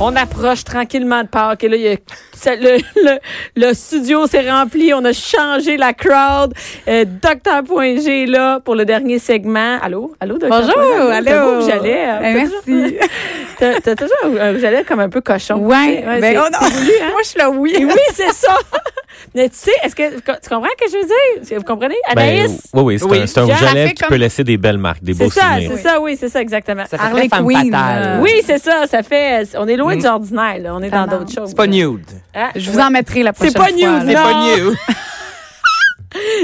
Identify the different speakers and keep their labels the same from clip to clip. Speaker 1: On approche tranquillement de Pâques et là, il y a- ça- le, le- le studio s'est rempli, on a changé la crowd. Euh, Docteur.g est là pour le dernier segment. Allô? Allô, Docteur?
Speaker 2: Bonjour,
Speaker 1: T'as le
Speaker 2: allô.
Speaker 1: rouge à lèvres.
Speaker 2: Eh, merci.
Speaker 1: hein? T'as t'as toujours un rouge à lèvres comme un peu cochon.
Speaker 2: Ouais,
Speaker 1: Ouais,
Speaker 2: ben,
Speaker 1: c'est-
Speaker 2: oh non.
Speaker 1: c'est voulu, hein?
Speaker 2: Moi, je suis là, oui.
Speaker 1: Et oui, c'est ça. Mais tu sais, est-ce que tu comprends ce que je veux dire? Est-ce que Vous comprenez?
Speaker 3: Ben,
Speaker 1: Anaïs?
Speaker 3: oui, oui, c'est
Speaker 4: Oui.
Speaker 3: un, c'est un
Speaker 1: Je
Speaker 3: rouge
Speaker 1: la
Speaker 3: à lèvres
Speaker 2: fais
Speaker 3: qui
Speaker 2: comme-
Speaker 3: peut laisser des belles marques, des
Speaker 1: C'est
Speaker 3: beaux
Speaker 1: ça,
Speaker 3: souvenirs.
Speaker 1: c'est ça, oui, c'est ça, exactement. Ah,
Speaker 4: Ça fait
Speaker 2: Harley
Speaker 4: très femme
Speaker 2: Quinn,
Speaker 4: fatale.
Speaker 2: là.
Speaker 1: Oui, c'est ça, ça fait. On est loin
Speaker 4: Mm.
Speaker 1: du ordinaire, là. On est dans
Speaker 2: Tendance.
Speaker 1: d'autres choses.
Speaker 4: C'est pas nude.
Speaker 1: Ah,
Speaker 2: Je
Speaker 1: ouais.
Speaker 2: vous en mettrai la prochaine
Speaker 1: C'est
Speaker 2: fois.
Speaker 1: pas news,
Speaker 2: là.
Speaker 4: C'est
Speaker 1: Non.
Speaker 4: pas nude.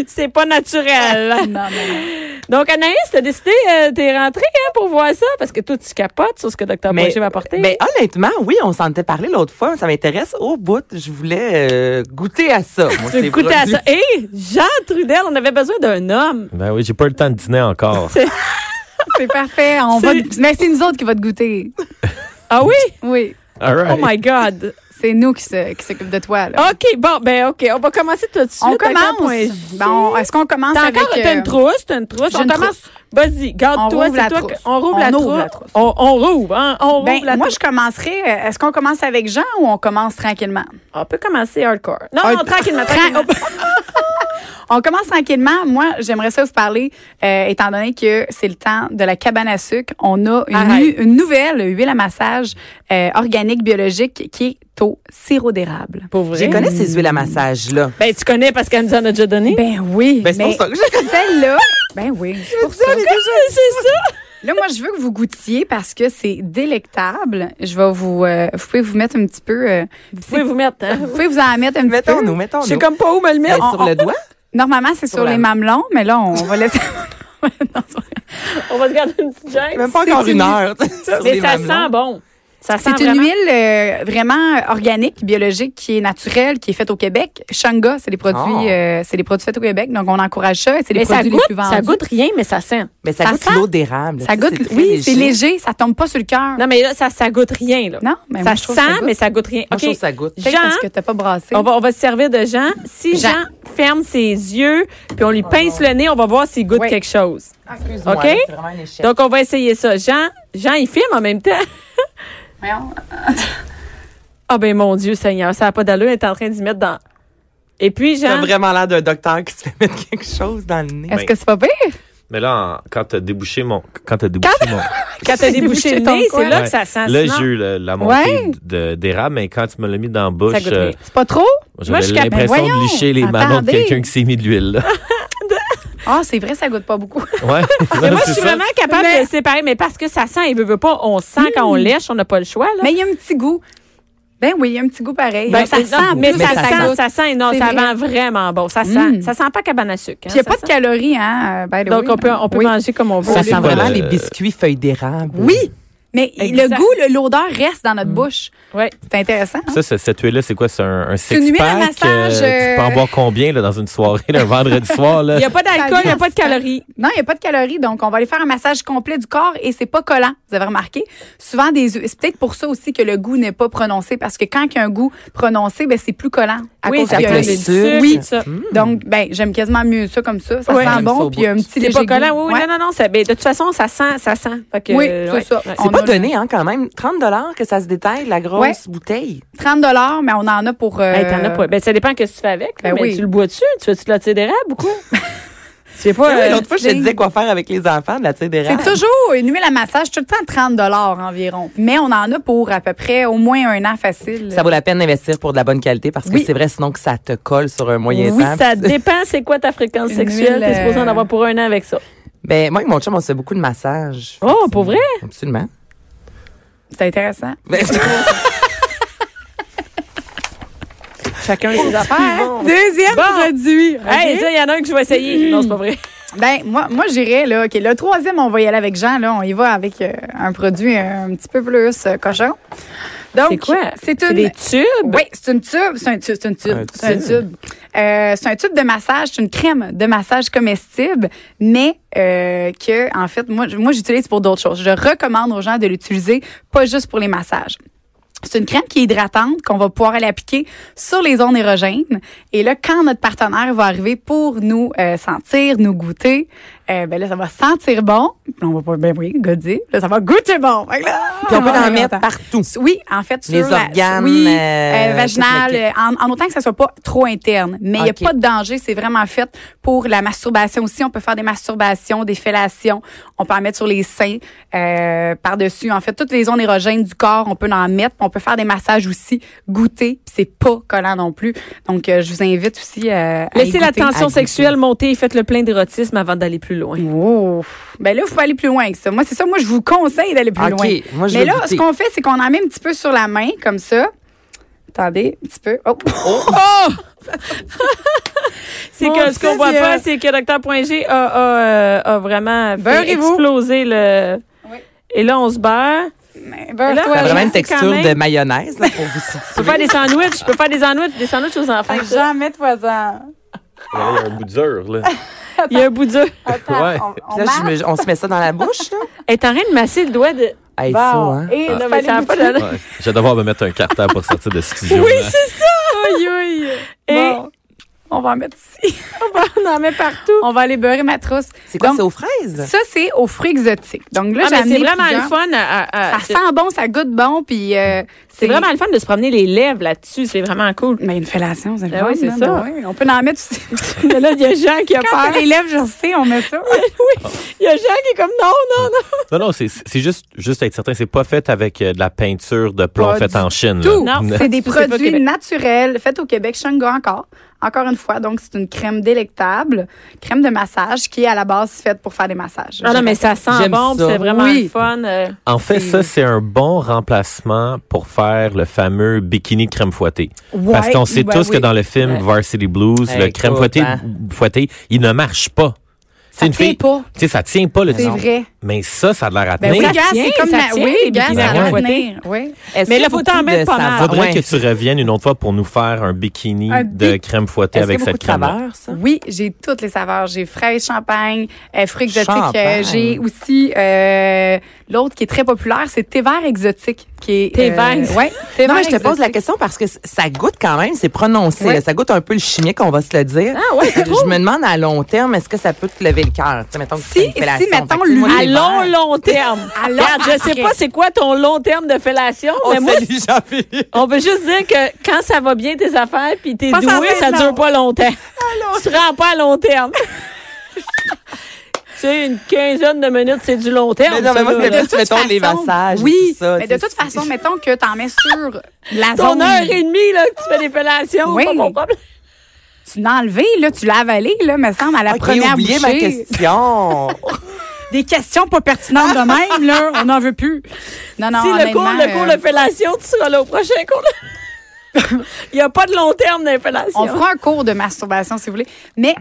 Speaker 1: C'est pas naturel.
Speaker 2: Non, non, non.
Speaker 1: Donc, Anaïs, t'as décidé, euh, t'es rentrée hein, pour voir ça, parce que toi, tu capotes sur ce que Dr. Boucher va porter.
Speaker 4: ben, honnêtement, oui, on s'en était parlé l'autre fois. Ça m'intéresse au bout. Je voulais euh, goûter à ça. Moi,
Speaker 1: tu
Speaker 4: ces
Speaker 1: goûtais à
Speaker 4: produits.
Speaker 1: ça. Hé, Jean Trudel, on avait besoin d'un homme.
Speaker 3: Ben oui, j'ai pas eu le temps de dîner encore.
Speaker 2: C'est parfait. On va... Mais c'est nous autres qui va te goûter.
Speaker 1: Ah oui?
Speaker 2: Oui.
Speaker 3: All right.
Speaker 1: Oh my God.
Speaker 2: C'est nous qui se- qui s'occupent de toi. Là.
Speaker 1: OK, bon, ben OK, on va commencer tout de suite.
Speaker 2: on
Speaker 1: Attends,
Speaker 2: commence.
Speaker 1: point.
Speaker 2: Bon, est-ce qu'on commence
Speaker 1: T'as
Speaker 2: avec...
Speaker 1: encore, t'as une
Speaker 2: euh,
Speaker 1: trousse, t'as une trousse.
Speaker 2: j'ai
Speaker 1: On
Speaker 2: une
Speaker 1: commence. Vas-y, garde-toi,
Speaker 2: On rouvre
Speaker 1: c'est
Speaker 2: la
Speaker 1: toi.
Speaker 2: trousse.
Speaker 1: que- On rouvre
Speaker 2: On
Speaker 1: la,
Speaker 2: ouvre
Speaker 1: trousse.
Speaker 2: la trousse.
Speaker 1: On, on rouvre, hein? On
Speaker 2: ben,
Speaker 1: rouvre la
Speaker 2: moi,
Speaker 1: trousse.
Speaker 2: je commencerai. euh, Est-ce qu'on commence avec Jean ou on commence tranquillement?
Speaker 1: On peut commencer hardcore. Non,
Speaker 2: Ah,
Speaker 1: non, tranquillement,
Speaker 2: tra-
Speaker 1: tranquillement.
Speaker 2: On commence tranquillement. Moi, j'aimerais ça vous parler, euh, étant donné que c'est le temps de la cabane à sucre. On a une,
Speaker 1: Arrête.
Speaker 2: nu- une nouvelle huile à massage euh, organique biologique qui est au sirop d'érable.
Speaker 1: Pour vrai.
Speaker 4: Je connais ces huiles à massage, là.
Speaker 1: Ben, tu connais parce qu'elle nous en a déjà donné.
Speaker 2: Ben oui.
Speaker 4: Ben, c'est
Speaker 2: mais
Speaker 4: pour ça que je
Speaker 2: Celle-là, ben oui. c'est pour ça.
Speaker 1: c'est ça.
Speaker 2: Là, moi, je veux que vous goûtiez parce que c'est délectable. Je vais vous, euh, vous pouvez vous mettre un petit peu. euh,
Speaker 1: Vous pouvez vous mettre, hein?
Speaker 2: vous pouvez vous en mettre un petit peu.
Speaker 4: Mettons-nous,
Speaker 1: Je sais
Speaker 4: mettons-nous.
Speaker 1: comme pas où me le
Speaker 4: Ben,
Speaker 1: mettre.
Speaker 4: Sur le doigt?
Speaker 2: Normalement, c'est sur,
Speaker 4: Sur la-
Speaker 2: les mamelons, mais là, on va laisser.
Speaker 1: On va se garder une petite gêne.
Speaker 4: Même pas
Speaker 2: C'est
Speaker 4: encore
Speaker 2: une-
Speaker 4: une heure. tu sais, sur
Speaker 1: Mais
Speaker 4: les
Speaker 1: ça
Speaker 4: mamelons.
Speaker 1: sent bon. Ça sent
Speaker 2: C'est une
Speaker 1: vraiment-
Speaker 2: huile euh, vraiment organique, biologique, qui est naturelle, qui est faite au Québec. Shanga, c'est des produits,
Speaker 4: Oh.
Speaker 2: euh, c'est des produits faits au Québec, donc on encourage ça. et C'est les
Speaker 1: Mais ça
Speaker 2: produits
Speaker 1: goûte,
Speaker 2: les plus vendus.
Speaker 1: ça goûte rien, mais ça sent.
Speaker 4: Mais ça,
Speaker 2: Ça
Speaker 4: goûte
Speaker 2: sent-
Speaker 4: l'eau d'érable.
Speaker 2: Ça
Speaker 4: tu sais,
Speaker 2: goûte-
Speaker 4: très
Speaker 2: oui, c'est léger, ça tombe pas sur le cœur.
Speaker 1: Non, mais là, ça, ça goûte rien, là.
Speaker 2: Non, mais moi,
Speaker 1: ça
Speaker 2: je trouve
Speaker 1: sent,
Speaker 2: que ça goûte.
Speaker 1: mais ça goûte rien.
Speaker 4: Moi, je
Speaker 1: OK.
Speaker 4: trouve que ça goûte.
Speaker 2: Peut-être
Speaker 1: Jean,
Speaker 2: parce que t'as pas brassé.
Speaker 1: on va, on va se servir de Jean. Si Jean,
Speaker 2: Jean.
Speaker 1: ferme ses yeux, puis on lui pince le nez, on va voir s'il goûte
Speaker 2: Oui. Ah,
Speaker 1: quelque chose.
Speaker 4: Excuse-moi,
Speaker 1: OK?
Speaker 4: là, c'est vraiment une échelle.
Speaker 1: Donc, on va essayer ça. Jean, Jean, il filme en même temps.
Speaker 2: Voyons.
Speaker 1: Ah, ben, mon Dieu, Seigneur, ça n'a pas d'allure. Il est en train d'y mettre dans. Et puis,
Speaker 4: T'as
Speaker 1: Jean.
Speaker 4: vraiment l'air d'un docteur qui se fait mettre quelque chose dans le nez.
Speaker 3: Ben-
Speaker 2: Est-ce que c'est pas pire?
Speaker 3: Mais là, en- quand t'as débouché mon. Quand t'as débouché mon.
Speaker 1: Quand t'as débouché le
Speaker 2: Débouché ton
Speaker 1: nez, c'est
Speaker 2: coin.
Speaker 1: là
Speaker 3: Ouais.
Speaker 1: que ça sent.
Speaker 3: Là,
Speaker 1: Sinon,
Speaker 3: j'ai eu le- la montée
Speaker 2: Ouais.
Speaker 3: de- d'érable, mais quand tu me l'as mis dans la bouche,
Speaker 1: Ça goûte rien.
Speaker 3: euh,
Speaker 2: C'est pas trop?
Speaker 1: Moi, je
Speaker 3: j'avais
Speaker 1: suis capable-
Speaker 3: l'impression
Speaker 2: Voyons,
Speaker 3: de licher les mamelons de
Speaker 2: attendez.
Speaker 3: quelqu'un qui s'est mis de l'huile. là.
Speaker 2: Ah, c'est vrai, ça goûte pas beaucoup.
Speaker 3: Ouais.
Speaker 1: Mais moi,
Speaker 3: c'est
Speaker 1: je suis
Speaker 3: ça.
Speaker 1: vraiment capable
Speaker 2: Mais- Hmm.
Speaker 1: de le séparer, mais parce que ça sent, il veut, veut pas. On sent quand on lèche, on n'a pas le choix. Là.
Speaker 2: mais il y a un petit goût. Ben oui, il y a un petit goût pareil.
Speaker 1: Ben,
Speaker 2: ça
Speaker 1: mais-
Speaker 2: sent
Speaker 1: mais
Speaker 2: plus
Speaker 1: ça,
Speaker 2: que
Speaker 4: ça
Speaker 1: sent,
Speaker 2: goûte.
Speaker 1: ça sent énorme.
Speaker 2: C'est
Speaker 1: Ça vend
Speaker 2: vrai.
Speaker 1: vraiment bon. Ça sent,
Speaker 2: Mm.
Speaker 1: ça sent pas cabane à sucre. hein,
Speaker 2: Puis il n'y a
Speaker 1: ça
Speaker 2: pas de
Speaker 1: sent.
Speaker 2: calories, hein, by the
Speaker 1: Donc,
Speaker 2: way.
Speaker 1: on peut, on peut
Speaker 2: Oui.
Speaker 1: manger comme on veut.
Speaker 4: Ça
Speaker 3: C'est
Speaker 4: sent
Speaker 3: pas
Speaker 4: vraiment
Speaker 3: le-
Speaker 4: les biscuits feuilles d'érable.
Speaker 2: Oui, mais
Speaker 1: Exact. Mm.
Speaker 2: le goût, le- l'odeur reste dans notre bouche.
Speaker 1: Ouais.
Speaker 2: C'est intéressant. hein?
Speaker 3: Ça, c'est- cette huile-là, c'est quoi? C'est un, un
Speaker 2: une huile à
Speaker 3: six-pack?
Speaker 2: massage,
Speaker 3: Tu peux en
Speaker 2: euh,
Speaker 3: boire combien là, dans une soirée, là, un vendredi soir? Là?
Speaker 1: Il n'y a pas d'alcool,
Speaker 2: Ça
Speaker 1: il n'y a pas de
Speaker 2: vient.
Speaker 1: calories.
Speaker 2: Non, il n'y a pas de calories, donc on va aller faire un massage complet du corps et c'est pas collant. Vous avez remarqué? Souvent, des c'est peut-être pour ça aussi que le goût n'est pas prononcé, parce que quand il y a un goût prononcé, ben, c'est plus collant. à
Speaker 1: oui,
Speaker 2: cause
Speaker 1: ça
Speaker 2: qu'il y a
Speaker 1: peut
Speaker 2: un-
Speaker 4: le
Speaker 1: du
Speaker 4: sucre.
Speaker 1: sucre.
Speaker 2: Oui.
Speaker 1: tout ça.
Speaker 2: Donc, ben, j'aime quasiment mieux ça comme ça. Ça
Speaker 1: Ouais.
Speaker 2: sent
Speaker 4: J'aime ça
Speaker 2: bon,
Speaker 4: au
Speaker 2: puis il y a un
Speaker 4: bout.
Speaker 2: petit
Speaker 1: C'est
Speaker 2: léger
Speaker 1: pas collant.
Speaker 2: goût.
Speaker 1: Oui, oui,
Speaker 2: Ouais.
Speaker 1: non, non, non. ça- ben, de toute façon, ça sent, ça sent. Fait que,
Speaker 2: Oui,
Speaker 1: euh,
Speaker 2: c'est
Speaker 1: ouais,
Speaker 2: ça.
Speaker 1: ouais.
Speaker 2: On
Speaker 4: C'est pas
Speaker 2: a-
Speaker 4: donné, hein, quand même. 30 que ça se détaille, la grosse
Speaker 2: Ouais.
Speaker 4: bouteille.
Speaker 2: 30 mais on en a pour... euh,
Speaker 1: Hey, t'en as pas. Ben, ça dépend qu'est-ce que tu fais avec. là,
Speaker 2: Ben
Speaker 1: mais
Speaker 2: oui.
Speaker 1: tu le bois-tu? Tu fais-tu de la tire d'érable ou quoi? Je sais
Speaker 2: Ben,
Speaker 1: pas.
Speaker 4: Ouais,
Speaker 1: euh,
Speaker 4: L'autre fois, je te
Speaker 2: c'est-
Speaker 4: disais quoi faire avec les enfants de la tire
Speaker 2: C'est
Speaker 4: d'érable.
Speaker 2: toujours une huile à massage, tout le temps 30 environ. Mais on en a pour à peu près au moins un an facile.
Speaker 4: Ça vaut la peine d'investir pour de la bonne qualité parce que
Speaker 2: Oui.
Speaker 4: c'est vrai, sinon que ça te colle sur un moyen
Speaker 1: oui,
Speaker 4: temps.
Speaker 1: ça dépend c'est quoi ta fréquence
Speaker 2: Une
Speaker 1: sexuelle.
Speaker 2: huile,
Speaker 1: T'es supposé en
Speaker 2: euh,
Speaker 1: avoir pour un an avec ça.
Speaker 4: Ben, moi et mon chum, on se fait beaucoup de massages.
Speaker 1: Oh, pour vrai?
Speaker 4: Absolument.
Speaker 2: C'est intéressant.
Speaker 4: Ben,
Speaker 1: Chacun ses affaires.
Speaker 2: Deuxième
Speaker 1: Ah, hein? Bon.
Speaker 2: produit.
Speaker 1: Hey, Mm.
Speaker 2: OK?
Speaker 1: ça, il y en a un que je vais essayer. Non, c'est pas vrai.
Speaker 2: Ben, moi, moi j'irais, là. OK, le troisième, on va y aller avec Jean, là. On y va avec euh, un produit euh, un petit peu plus euh, cochon.
Speaker 1: C'est
Speaker 2: Donc,
Speaker 1: quoi?
Speaker 2: c'est
Speaker 1: C'est
Speaker 2: une
Speaker 1: des tubes?
Speaker 2: oui, c'est une tube, c'est un tube, c'est un tube,
Speaker 4: Un
Speaker 2: c'est un tube. Euh, c'est un tube de massage, c'est une crème de massage comestible, mais euh, que en fait, moi, je- moi, j'utilise pour d'autres choses. Je recommande aux gens de l'utiliser, pas juste pour les massages. C'est une crème qui est hydratante qu'on va pouvoir aller appliquer sur les zones érogènes. Et là, quand notre partenaire va arriver pour nous euh, sentir, nous goûter, euh, ben là, ça va sentir bon. On va pas, ben oui, goûter. Là, ça va goûter bon. Fait que là,
Speaker 4: Puis on peut en
Speaker 2: est
Speaker 4: mettre
Speaker 2: content.
Speaker 4: partout.
Speaker 2: Oui, en fait, sur
Speaker 4: Les
Speaker 2: la-
Speaker 4: organes,
Speaker 2: oui,
Speaker 4: euh,
Speaker 2: euh, vaginal,
Speaker 4: tout le-
Speaker 2: euh, en, en autant que ça soit pas trop interne. Mais il n'y a
Speaker 4: Ok.
Speaker 2: pas de danger, c'est vraiment fait pour la masturbation aussi. On peut faire des masturbations, des fellations, on peut en mettre sur les seins, euh, par-dessus. En fait, toutes les zones érogènes du corps, on peut en mettre. On peut faire des massages aussi, goûter, puis c'est pas collant non plus. Donc, euh, je vous invite aussi euh, à
Speaker 1: Laissez
Speaker 2: y
Speaker 1: la
Speaker 2: goûter.
Speaker 1: tension
Speaker 4: goûter.
Speaker 1: sexuelle monter et faites le plein d'érotisme avant d'aller plus loin.
Speaker 2: Wow. Ben là, il faut aller plus loin que ça. Moi, c'est ça. Moi, je vous conseille d'aller plus
Speaker 4: OK,
Speaker 2: loin.
Speaker 4: moi, je
Speaker 2: Mais
Speaker 4: vais
Speaker 2: là,
Speaker 4: goûter.
Speaker 2: ce qu'on fait, c'est qu'on en met un petit peu sur la main, comme ça. Attendez, un petit peu. Oh!
Speaker 1: C'est
Speaker 2: Mon
Speaker 1: que ce qu'on voit
Speaker 2: Seigneur.
Speaker 1: pas, c'est que Dr. Point G a, a, euh, a vraiment fait
Speaker 2: Beurrez-vous.
Speaker 1: exploser le.
Speaker 2: Oui.
Speaker 1: Et là, on se beurre.
Speaker 2: Mais
Speaker 1: là,
Speaker 2: beurre-toi,
Speaker 4: Ça a vraiment
Speaker 1: Ouais,
Speaker 4: une
Speaker 1: c'est quand
Speaker 4: texture
Speaker 1: même-
Speaker 4: de mayonnaise là, pour vous
Speaker 1: Je peux
Speaker 4: situer.
Speaker 1: faire des sandwichs. Je peux faire des sandwichs, des sandwichs aux enfants.
Speaker 2: Jean. Jean, mets-toi-en.
Speaker 3: Là, Il y a un bout dur, là.
Speaker 1: Il y a un bout dur.
Speaker 2: Attends,
Speaker 3: Ouais.
Speaker 2: on, on
Speaker 4: Puis là, je
Speaker 2: marche.
Speaker 4: me- on se met ça dans la bouche. Là.
Speaker 1: Elle est en train de masser le doigt de.
Speaker 4: Hey, ça,
Speaker 2: Bon.
Speaker 4: hein?
Speaker 2: Et
Speaker 1: Ah, Non,
Speaker 2: il
Speaker 1: mais
Speaker 2: fallait
Speaker 1: ça a pas
Speaker 2: goûter.
Speaker 1: d'allure.
Speaker 3: Ouais. Je vais devoir me mettre un carter pour sortir de ce studio.
Speaker 1: Oui,
Speaker 3: là.
Speaker 1: c'est ça! Et Ah,
Speaker 2: Bon. On va en mettre ici.
Speaker 1: on en met partout.
Speaker 2: On va aller beurrer ma trousse.
Speaker 4: C'est quoi,
Speaker 2: Donc,
Speaker 4: c'est aux fraises?
Speaker 2: Ça, c'est aux fruits exotiques. Donc là,
Speaker 1: Ah,
Speaker 2: j'ai
Speaker 1: mais
Speaker 2: amené
Speaker 1: c'est vraiment
Speaker 2: plusieurs.
Speaker 1: le fun. à- à- à-
Speaker 2: Ça
Speaker 1: c'est-
Speaker 2: sent bon, ça goûte bon, puis euh,
Speaker 1: c'est vraiment le fun de se promener les lèvres là-dessus. C'est vraiment cool.
Speaker 2: Mais une fellation, c'est le
Speaker 1: Ben
Speaker 2: fun,
Speaker 1: oui, c'est
Speaker 2: là.
Speaker 1: ça.
Speaker 2: Ben oui, On peut en mettre aussi.
Speaker 1: Mais là, il y a Jean qui a
Speaker 2: Quand t'as
Speaker 1: peur.
Speaker 2: les lèvres, je sais, on met ça.
Speaker 1: Il y a Jean qui est comme non, non, non.
Speaker 3: Non, non, c'est- c'est c'est juste, juste être certain, c'est pas fait avec euh, de la peinture de plomb
Speaker 2: Pas
Speaker 3: faite
Speaker 2: du
Speaker 3: en Chine.
Speaker 1: tout.
Speaker 3: là.
Speaker 1: Non,
Speaker 2: C'est des
Speaker 1: Tout, c'est pas au
Speaker 2: produits
Speaker 1: Québec.
Speaker 2: naturels faits au Québec, Shango encore. Encore une fois, donc c'est une crème délectable, crème de massage qui est à la base faite pour faire des massages.
Speaker 1: Ah non, mais ça sent
Speaker 4: J'aime
Speaker 1: bon,
Speaker 4: ça.
Speaker 1: c'est vraiment
Speaker 2: Oui.
Speaker 1: le fun. euh.
Speaker 3: En fait, ça, c'est un bon remplacement pour faire le fameux bikini de crème fouettée.
Speaker 2: Ouais,
Speaker 3: Parce qu'on sait
Speaker 2: ouais,
Speaker 3: tous que
Speaker 2: oui.
Speaker 3: dans le film
Speaker 4: Ouais.
Speaker 3: Varsity Blues,
Speaker 4: Hey,
Speaker 3: le crème
Speaker 4: écoute,
Speaker 3: fouettée,
Speaker 4: hein.
Speaker 3: fouettée, il ne marche pas.
Speaker 2: ça
Speaker 3: C'est une
Speaker 2: tient
Speaker 3: fille. Tu
Speaker 2: pas,
Speaker 3: sais, ça tient pas le
Speaker 2: c'est
Speaker 4: non.
Speaker 2: vrai.
Speaker 3: Mais ça, ça a de l'air à
Speaker 2: Ben
Speaker 3: tenir.
Speaker 2: oui,
Speaker 1: ça
Speaker 2: gars,
Speaker 1: tient,
Speaker 2: c'est comme
Speaker 1: ça
Speaker 2: ma-
Speaker 1: tient,
Speaker 2: oui,
Speaker 1: les
Speaker 2: gars, ça
Speaker 3: bikini
Speaker 2: va
Speaker 3: à la
Speaker 2: tenir, oui.
Speaker 4: Est-ce
Speaker 1: Mais
Speaker 4: qu'il y a
Speaker 1: là, faut
Speaker 4: beaucoup
Speaker 1: t'en mettre
Speaker 4: de
Speaker 1: pas mal.
Speaker 4: saveurs?
Speaker 3: Faudrait
Speaker 4: Ouais.
Speaker 3: que tu reviennes une autre fois pour nous faire un bikini
Speaker 2: Un
Speaker 3: de
Speaker 2: bi-
Speaker 3: crème fouettée
Speaker 4: Est-ce qu'il y a
Speaker 3: avec
Speaker 4: beaucoup
Speaker 3: cette
Speaker 4: de
Speaker 3: crème-là.
Speaker 4: saveurs, ça?
Speaker 2: Oui, j'ai toutes les saveurs. J'ai fraise, champagne, euh, fruits exotiques.
Speaker 4: Champagne.
Speaker 2: Euh, j'ai aussi euh, l'autre qui est très populaire, c'est thé vert exotique. Qui est, euh,
Speaker 1: Thé vert exotique.
Speaker 2: ouais, thé
Speaker 4: Non,
Speaker 2: vert
Speaker 4: mais je te pose
Speaker 2: exotique.
Speaker 4: la question parce que c- ça goûte quand même, c'est prononcé.
Speaker 2: Ouais.
Speaker 4: là. Ça goûte un peu le chimique, on va se le dire.
Speaker 1: Ah ouais,
Speaker 4: Je- Je me demande à long terme, est-ce que ça peut te lever le cœur? Tu sais, mettons que
Speaker 2: Si-
Speaker 4: c'est une
Speaker 2: si,
Speaker 4: fellation.
Speaker 2: mettons,
Speaker 4: Fait que, tu sais, moi,
Speaker 2: lui-
Speaker 1: À
Speaker 4: les
Speaker 1: long,
Speaker 4: verres-
Speaker 1: ben. long terme.
Speaker 2: À long-
Speaker 1: Regarde, je sais
Speaker 2: après.
Speaker 1: pas c'est quoi ton long terme de fellation,
Speaker 4: On
Speaker 1: mais moi,
Speaker 4: salue Oh, Jean-Philippe.
Speaker 1: on veut juste dire que quand ça va bien tes affaires puis t'es
Speaker 2: Pas
Speaker 1: doué,
Speaker 2: censé
Speaker 1: ça
Speaker 2: être
Speaker 1: dure
Speaker 2: long.
Speaker 1: pas longtemps. Tu te rends pas à Ah, long terme. C'est une quinzaine de minutes, c'est du long terme.
Speaker 4: Mais non, mais
Speaker 1: ça,
Speaker 4: moi,
Speaker 1: là,
Speaker 4: c'était
Speaker 1: là.
Speaker 4: plus, mettons, les massages. et
Speaker 2: Oui,
Speaker 4: tout ça,
Speaker 2: mais
Speaker 4: tu
Speaker 2: de
Speaker 4: sais,
Speaker 2: toute
Speaker 4: c'est-
Speaker 2: façon, mettons que t'en mets sur la
Speaker 1: Ton
Speaker 2: zone.
Speaker 1: heure et demie, là, que tu fais des fellations,
Speaker 2: Oui.
Speaker 1: pas mon problème.
Speaker 2: Tu l'as enlevé, là, tu l'as avalé, là, me semble, à la
Speaker 4: Ok,
Speaker 2: première
Speaker 4: oublié
Speaker 2: bouchée.
Speaker 4: ma question.
Speaker 2: Des questions pas pertinentes de même, là, on n'en veut plus. Non, non,
Speaker 1: si le
Speaker 2: honnêtement,
Speaker 1: cours, le cours
Speaker 2: euh,
Speaker 1: de fellation, tu seras là au prochain cours. de- Il n'y a pas de long terme d'infellation.
Speaker 2: on fera un cours de masturbation, si vous voulez. Mais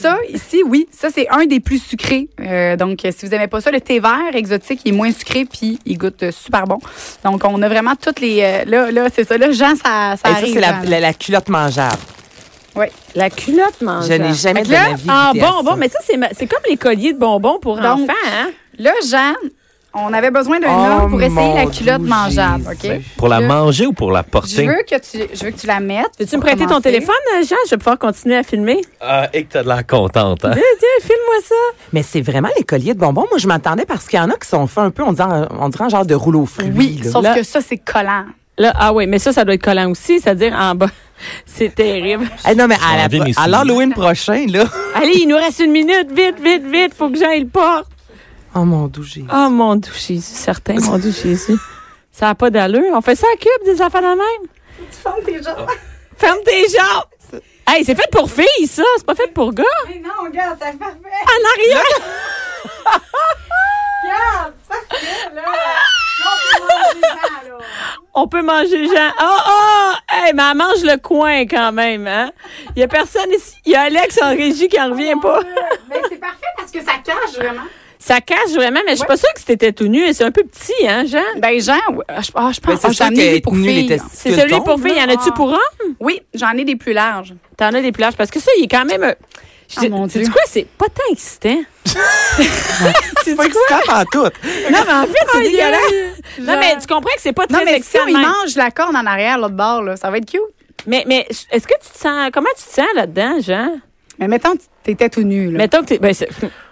Speaker 2: ça, ici, oui, ça, c'est un des plus sucrés. Euh, donc, euh, si vous aimez pas ça, le thé vert exotique, il est moins sucré, puis il goûte euh, super bon. Donc, on a vraiment toutes les... euh, là, là, c'est ça. Là, Jean, ça, ça
Speaker 4: Et ça,
Speaker 2: arrive.
Speaker 4: c'est la,
Speaker 2: Jean, là.
Speaker 4: la- la culotte mangeable.
Speaker 2: Ouais.
Speaker 1: La culotte mange.
Speaker 4: Je n'ai jamais de
Speaker 1: Là,
Speaker 4: ma vie.
Speaker 1: ah,
Speaker 4: goûté à
Speaker 1: bon, bon,
Speaker 4: ça.
Speaker 1: mais ça, c'est, ma- c'est comme les colliers de bonbons pour
Speaker 2: Donc,
Speaker 1: enfants, hein?
Speaker 2: Là, Jean, on avait besoin d'un
Speaker 4: Oh,
Speaker 2: homme pour essayer la
Speaker 4: mon
Speaker 2: culotte
Speaker 4: doux
Speaker 2: mangeable,
Speaker 4: Jésus.
Speaker 2: OK?
Speaker 3: Pour la
Speaker 2: Je-
Speaker 3: manger ou pour la
Speaker 2: Je
Speaker 3: porter?
Speaker 2: veux que tu, je veux que tu la mettes.
Speaker 1: Veux-tu me
Speaker 2: pour
Speaker 1: prêter ton
Speaker 2: commencer.
Speaker 1: téléphone, euh, Jean? Je vais pouvoir continuer à filmer.
Speaker 3: Ah, et que t'as de l'air contente, hein?
Speaker 1: Tiens, tiens, filme-moi ça.
Speaker 4: Mais c'est vraiment les colliers de bonbons. Moi, je m'attendais parce qu'il y en a qui sont faits un peu, on dirait, un- on dirait un genre de rouleau fruit.
Speaker 2: Ben Oui,
Speaker 4: là.
Speaker 2: sauf
Speaker 1: Là-
Speaker 2: que ça, c'est collant.
Speaker 1: Là, ah oui, mais ça, ça doit être collant aussi, c'est-à-dire en bas. C'est terrible.
Speaker 4: Eh non, mais à, la
Speaker 3: enlever mes
Speaker 4: pro- à
Speaker 3: souliers.
Speaker 4: l'Halloween prochain, là.
Speaker 1: Allez, il nous reste une minute. Vite, vite, vite. Faut que Jean, il porte.
Speaker 4: Oh mon doux Jésus.
Speaker 1: Oh mon Dieu, Jésus, certain. Mon Dieu, Jésus. Ça n'a pas d'allure. On fait ça à cube, des affaires de même.
Speaker 2: Ferme tes jambes.
Speaker 1: Ferme tes jambes. Hey, c'est fait pour filles, ça. C'est pas fait pour gars.
Speaker 2: Mais non, regarde, c'est parfait.
Speaker 1: En arrière.
Speaker 2: Regarde, c'est parfait, là. Non, là.
Speaker 1: On peut manger Jean. Oh, oh! Hey, mais elle mange le coin quand même, hein? Il y
Speaker 2: Ah,
Speaker 1: a personne ici. Il y a Alex en régie qui en revient pas.
Speaker 2: Ben, Mais c'est parfait parce que ça cache vraiment.
Speaker 1: Ça cache vraiment, mais je suis pas sûre que c'était tout nu. Et c'est un peu petit, hein, Jean?
Speaker 2: Ben, Jean, ouais, ah, je, ah, je
Speaker 4: Mais
Speaker 2: pense que j'en ai
Speaker 4: que
Speaker 2: des pour
Speaker 4: nu, les
Speaker 2: filles.
Speaker 4: testicules
Speaker 1: C'est celui
Speaker 4: tombent,
Speaker 1: pour filles.
Speaker 4: là.
Speaker 1: Y en a-tu
Speaker 2: Ah.
Speaker 1: pour hommes?
Speaker 2: Oui, j'en ai des plus larges.
Speaker 1: T'en as des plages parce que ça, il est quand même. euh, Je
Speaker 2: Ah,
Speaker 1: dis-
Speaker 2: mon
Speaker 1: sais-tu
Speaker 2: Dieu.
Speaker 1: quoi? C'est pas tant excitant.
Speaker 4: C'est pas excitant en tout.
Speaker 1: Non, mais en fait,
Speaker 2: c'est dégueulasse.
Speaker 1: Non, mais tu comprends que c'est pas
Speaker 2: Non,
Speaker 1: très
Speaker 2: mais si
Speaker 1: excitant.
Speaker 2: on
Speaker 1: de
Speaker 2: y
Speaker 1: même.
Speaker 2: mange la corne en arrière, l'autre bord, là, ça va être cute.
Speaker 1: mais mais est-ce que tu te sens. Comment tu te sens là-dedans, Jean?
Speaker 2: Mais mettons, que t'étais tout nu, là.
Speaker 1: Mettons que t'es. Ben, c'est-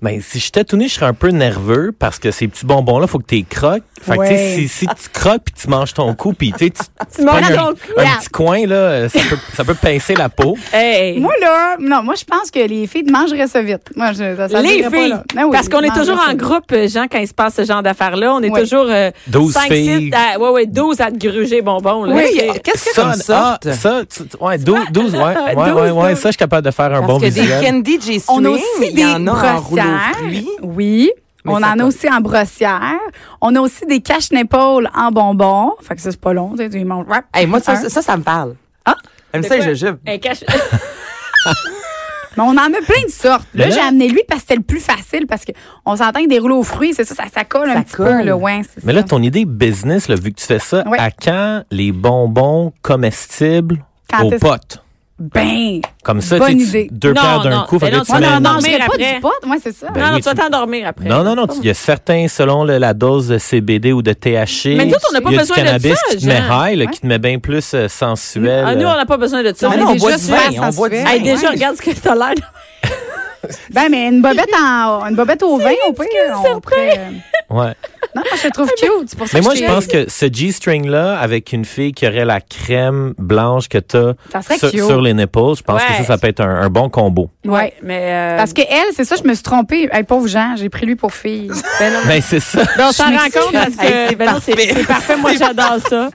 Speaker 3: Ben, si j'étais tout nu, je serais un peu nerveux parce que ces petits bonbons-là, faut que tu les croques. Fait que, tu
Speaker 2: Ouais.
Speaker 3: sais, si, si tu croques puis tu manges ton cou puis, tu sais, tu, tu
Speaker 1: manges
Speaker 3: pognes
Speaker 1: ton
Speaker 3: un,
Speaker 1: cou.
Speaker 3: un petit coin, là, euh, ça peut, ça peut pincer la peau.
Speaker 1: hey.
Speaker 2: Moi, là, non, moi, je pense que les filles mangeraient ça vite. Moi, je, ça, ça
Speaker 1: les
Speaker 2: dirait pas,
Speaker 1: filles,
Speaker 2: là. Ah oui,
Speaker 1: parce qu'on est
Speaker 2: mangeraient
Speaker 1: toujours
Speaker 2: ça
Speaker 1: en
Speaker 2: vite.
Speaker 1: groupe, euh, Jean, quand il se passe ce genre d'affaires-là. On est
Speaker 2: Ouais.
Speaker 1: toujours euh,
Speaker 3: 12
Speaker 1: cinq,
Speaker 3: filles.
Speaker 1: six, à, ouais, ouais, 12 à te gruger bonbon. Là.
Speaker 4: Oui,
Speaker 1: C'est-
Speaker 4: il y a- qu'est-ce que
Speaker 3: ah,
Speaker 4: comme sorte?
Speaker 3: ça, tu- tu- ouais, 12, 12, ouais, ouais, ouais,
Speaker 1: 12,
Speaker 3: ouais,
Speaker 1: là.
Speaker 3: ça, je suis capable de faire un
Speaker 4: Parce
Speaker 3: bon
Speaker 4: que
Speaker 3: visuel.
Speaker 4: des candy J
Speaker 2: On
Speaker 4: string,
Speaker 2: a aussi
Speaker 4: il
Speaker 2: des
Speaker 4: y en a en rouleau
Speaker 2: brossières.
Speaker 4: fruit.
Speaker 2: Oui.
Speaker 4: Mais
Speaker 2: on
Speaker 4: ça
Speaker 2: en a
Speaker 4: colle.
Speaker 2: aussi en brossière. On a aussi des caches d'épaule en bonbons. Fait que ça, c'est pas long. Tu sais, tu manges. rap,
Speaker 4: Hey, moi, ça,
Speaker 2: un.
Speaker 4: ça, ça, ça me parle.
Speaker 2: Ah?
Speaker 4: Aime
Speaker 1: c'est
Speaker 4: ça, les
Speaker 1: quoi?
Speaker 4: jujubes.
Speaker 1: Hey, cache-
Speaker 2: Mais on en a plein de sortes.
Speaker 3: Mais
Speaker 2: Là,
Speaker 3: là-
Speaker 2: j'ai amené lui parce que c'était le plus facile parce qu'on s'entend que des rouleaux aux fruits, c'est ça, ça, ça colle un
Speaker 4: Ça
Speaker 2: petit
Speaker 4: colle.
Speaker 2: peu, là. Ouais, c'est
Speaker 3: Mais
Speaker 2: ça.
Speaker 3: là, ton idée business, là, vu que tu fais ça,
Speaker 2: Ouais.
Speaker 3: à quand les bonbons comestibles
Speaker 2: Quand
Speaker 3: aux
Speaker 2: est-ce-
Speaker 3: potes?
Speaker 2: Ben!
Speaker 3: Comme ça,
Speaker 2: Bonne
Speaker 3: tu sais,
Speaker 2: idée.
Speaker 3: tu- deux
Speaker 1: Non,
Speaker 3: paires
Speaker 1: non,
Speaker 3: d'un coup.
Speaker 1: mais
Speaker 3: fait que
Speaker 1: non,
Speaker 3: là,
Speaker 1: tu
Speaker 3: tu
Speaker 1: vas
Speaker 3: mets
Speaker 1: dans
Speaker 3: une-
Speaker 1: la
Speaker 2: Non, mais
Speaker 1: dormir
Speaker 2: pas
Speaker 1: après.
Speaker 2: du pot. Ouais, c'est ça.
Speaker 3: Ben
Speaker 1: non,
Speaker 3: oui,
Speaker 1: tu vas
Speaker 3: tu-
Speaker 1: t'endormir après.
Speaker 3: Non, non, non. tu- Il y a certains, selon le- la dose de CBD ou de THC.
Speaker 1: Mais nous autres, on n'a pas
Speaker 3: il y a
Speaker 1: besoin de
Speaker 3: du cannabis
Speaker 1: ça,
Speaker 3: qui te met
Speaker 1: Jean.
Speaker 3: high, là,
Speaker 2: Ouais.
Speaker 3: qui te met bien plus euh, sensuel.
Speaker 1: Ah, nous, on n'a pas besoin de ça.
Speaker 4: Mais
Speaker 2: est
Speaker 4: non, on
Speaker 2: déjà
Speaker 4: boit du
Speaker 2: super
Speaker 4: vin, on boit du
Speaker 2: sensuels.
Speaker 4: vin.
Speaker 1: Hey, déjà, regarde ce que t'as l'air.
Speaker 2: Ben, mais une bobette, en, une bobette au vin, au pire.
Speaker 1: c'est
Speaker 2: on pourrait-
Speaker 3: euh, Ouais.
Speaker 2: Non, moi, je le trouve cute. C'est pour ça
Speaker 3: Mais
Speaker 2: que
Speaker 3: moi,
Speaker 2: je
Speaker 3: je
Speaker 2: t'ai-
Speaker 3: pense que ce G-string-là, avec une fille qui aurait la crème blanche que t'as
Speaker 2: Ça serait
Speaker 3: sur,
Speaker 2: cute.
Speaker 3: sur les nipples, je pense que
Speaker 1: Ouais.
Speaker 3: ça, ça peut être un, un bon combo.
Speaker 2: Ouais.
Speaker 1: mais. euh,
Speaker 2: Parce que elle, c'est ça, je me suis trompée. Hey, pauvre Jean, j'ai pris lui pour fille. Ben non.
Speaker 3: Ben, c'est ça.
Speaker 1: Ben, on s'en
Speaker 2: Je
Speaker 1: rend
Speaker 2: m'excuse.
Speaker 1: compte parce que
Speaker 4: Hey, c'est
Speaker 1: ben non, c'est
Speaker 4: parfait.
Speaker 1: c'est parfait. Moi, j'adore ça.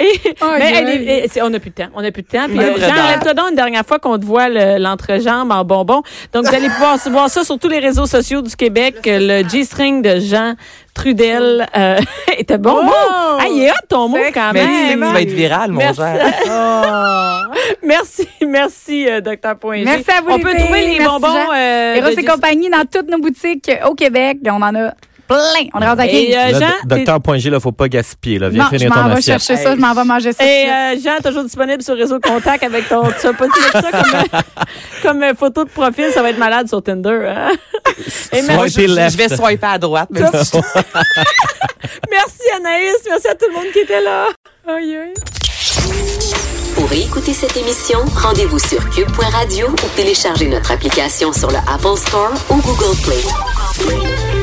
Speaker 1: Et-
Speaker 2: Oh,
Speaker 1: mais
Speaker 2: yeah.
Speaker 1: elle est- et c'est- on n'a plus de temps. On n'a plus de temps. Puis,
Speaker 4: Un
Speaker 1: euh,
Speaker 4: vrai
Speaker 1: Jean,
Speaker 4: dard.
Speaker 1: enlève-toi donc une dernière fois qu'on te voit le- l'entrejambe en bonbon. Donc, vous allez pouvoir se voir ça sur tous les réseaux sociaux du Québec. Euh, Le G-string de Jean Trudel euh, était bon. mot. Ah, il est hot ton mot quand
Speaker 4: Mais tu sais
Speaker 1: même.
Speaker 4: que tu vas être viral, mon
Speaker 1: Merci.
Speaker 4: cher.
Speaker 2: Oh.
Speaker 1: Merci, merci, euh, Dr. Point G.
Speaker 2: Merci à vous,
Speaker 1: On
Speaker 2: les
Speaker 1: peut
Speaker 2: filles.
Speaker 1: trouver les
Speaker 2: Merci,
Speaker 1: bonbons.
Speaker 2: Jean.
Speaker 1: euh,
Speaker 2: Eros
Speaker 1: de
Speaker 2: et
Speaker 1: G-
Speaker 2: compagnie dans toutes nos boutiques au Québec. On en a plein. On est rendu à
Speaker 1: Et,
Speaker 2: 15.
Speaker 1: euh,
Speaker 3: Là,
Speaker 1: Jean,
Speaker 3: do-
Speaker 1: t'es-
Speaker 3: docteur Point G, là, faut pas gaspiller, là. Viens
Speaker 2: Non, je
Speaker 3: finir ton
Speaker 2: m'en vais
Speaker 3: assiette.
Speaker 2: chercher ça, je m'en vais manger ça.
Speaker 1: Et
Speaker 2: tout de suite.
Speaker 1: euh, Jean, toujours disponible sur Réseau Contact avec ton. Tu vas pas te mettre ça comme, comme euh, photo de profil, ça va être malade sur Tinder. hein? Et
Speaker 3: Swiper
Speaker 4: Moi, je, je-
Speaker 3: left.
Speaker 4: je vais swiper à droite. même si je-
Speaker 1: Merci Anaïs, merci à tout le monde qui était là. Aïe, aïe.
Speaker 5: Pour écouter cette émission, rendez-vous sur cube.radio ou téléchargez notre application sur le Apple Store ou Google Play.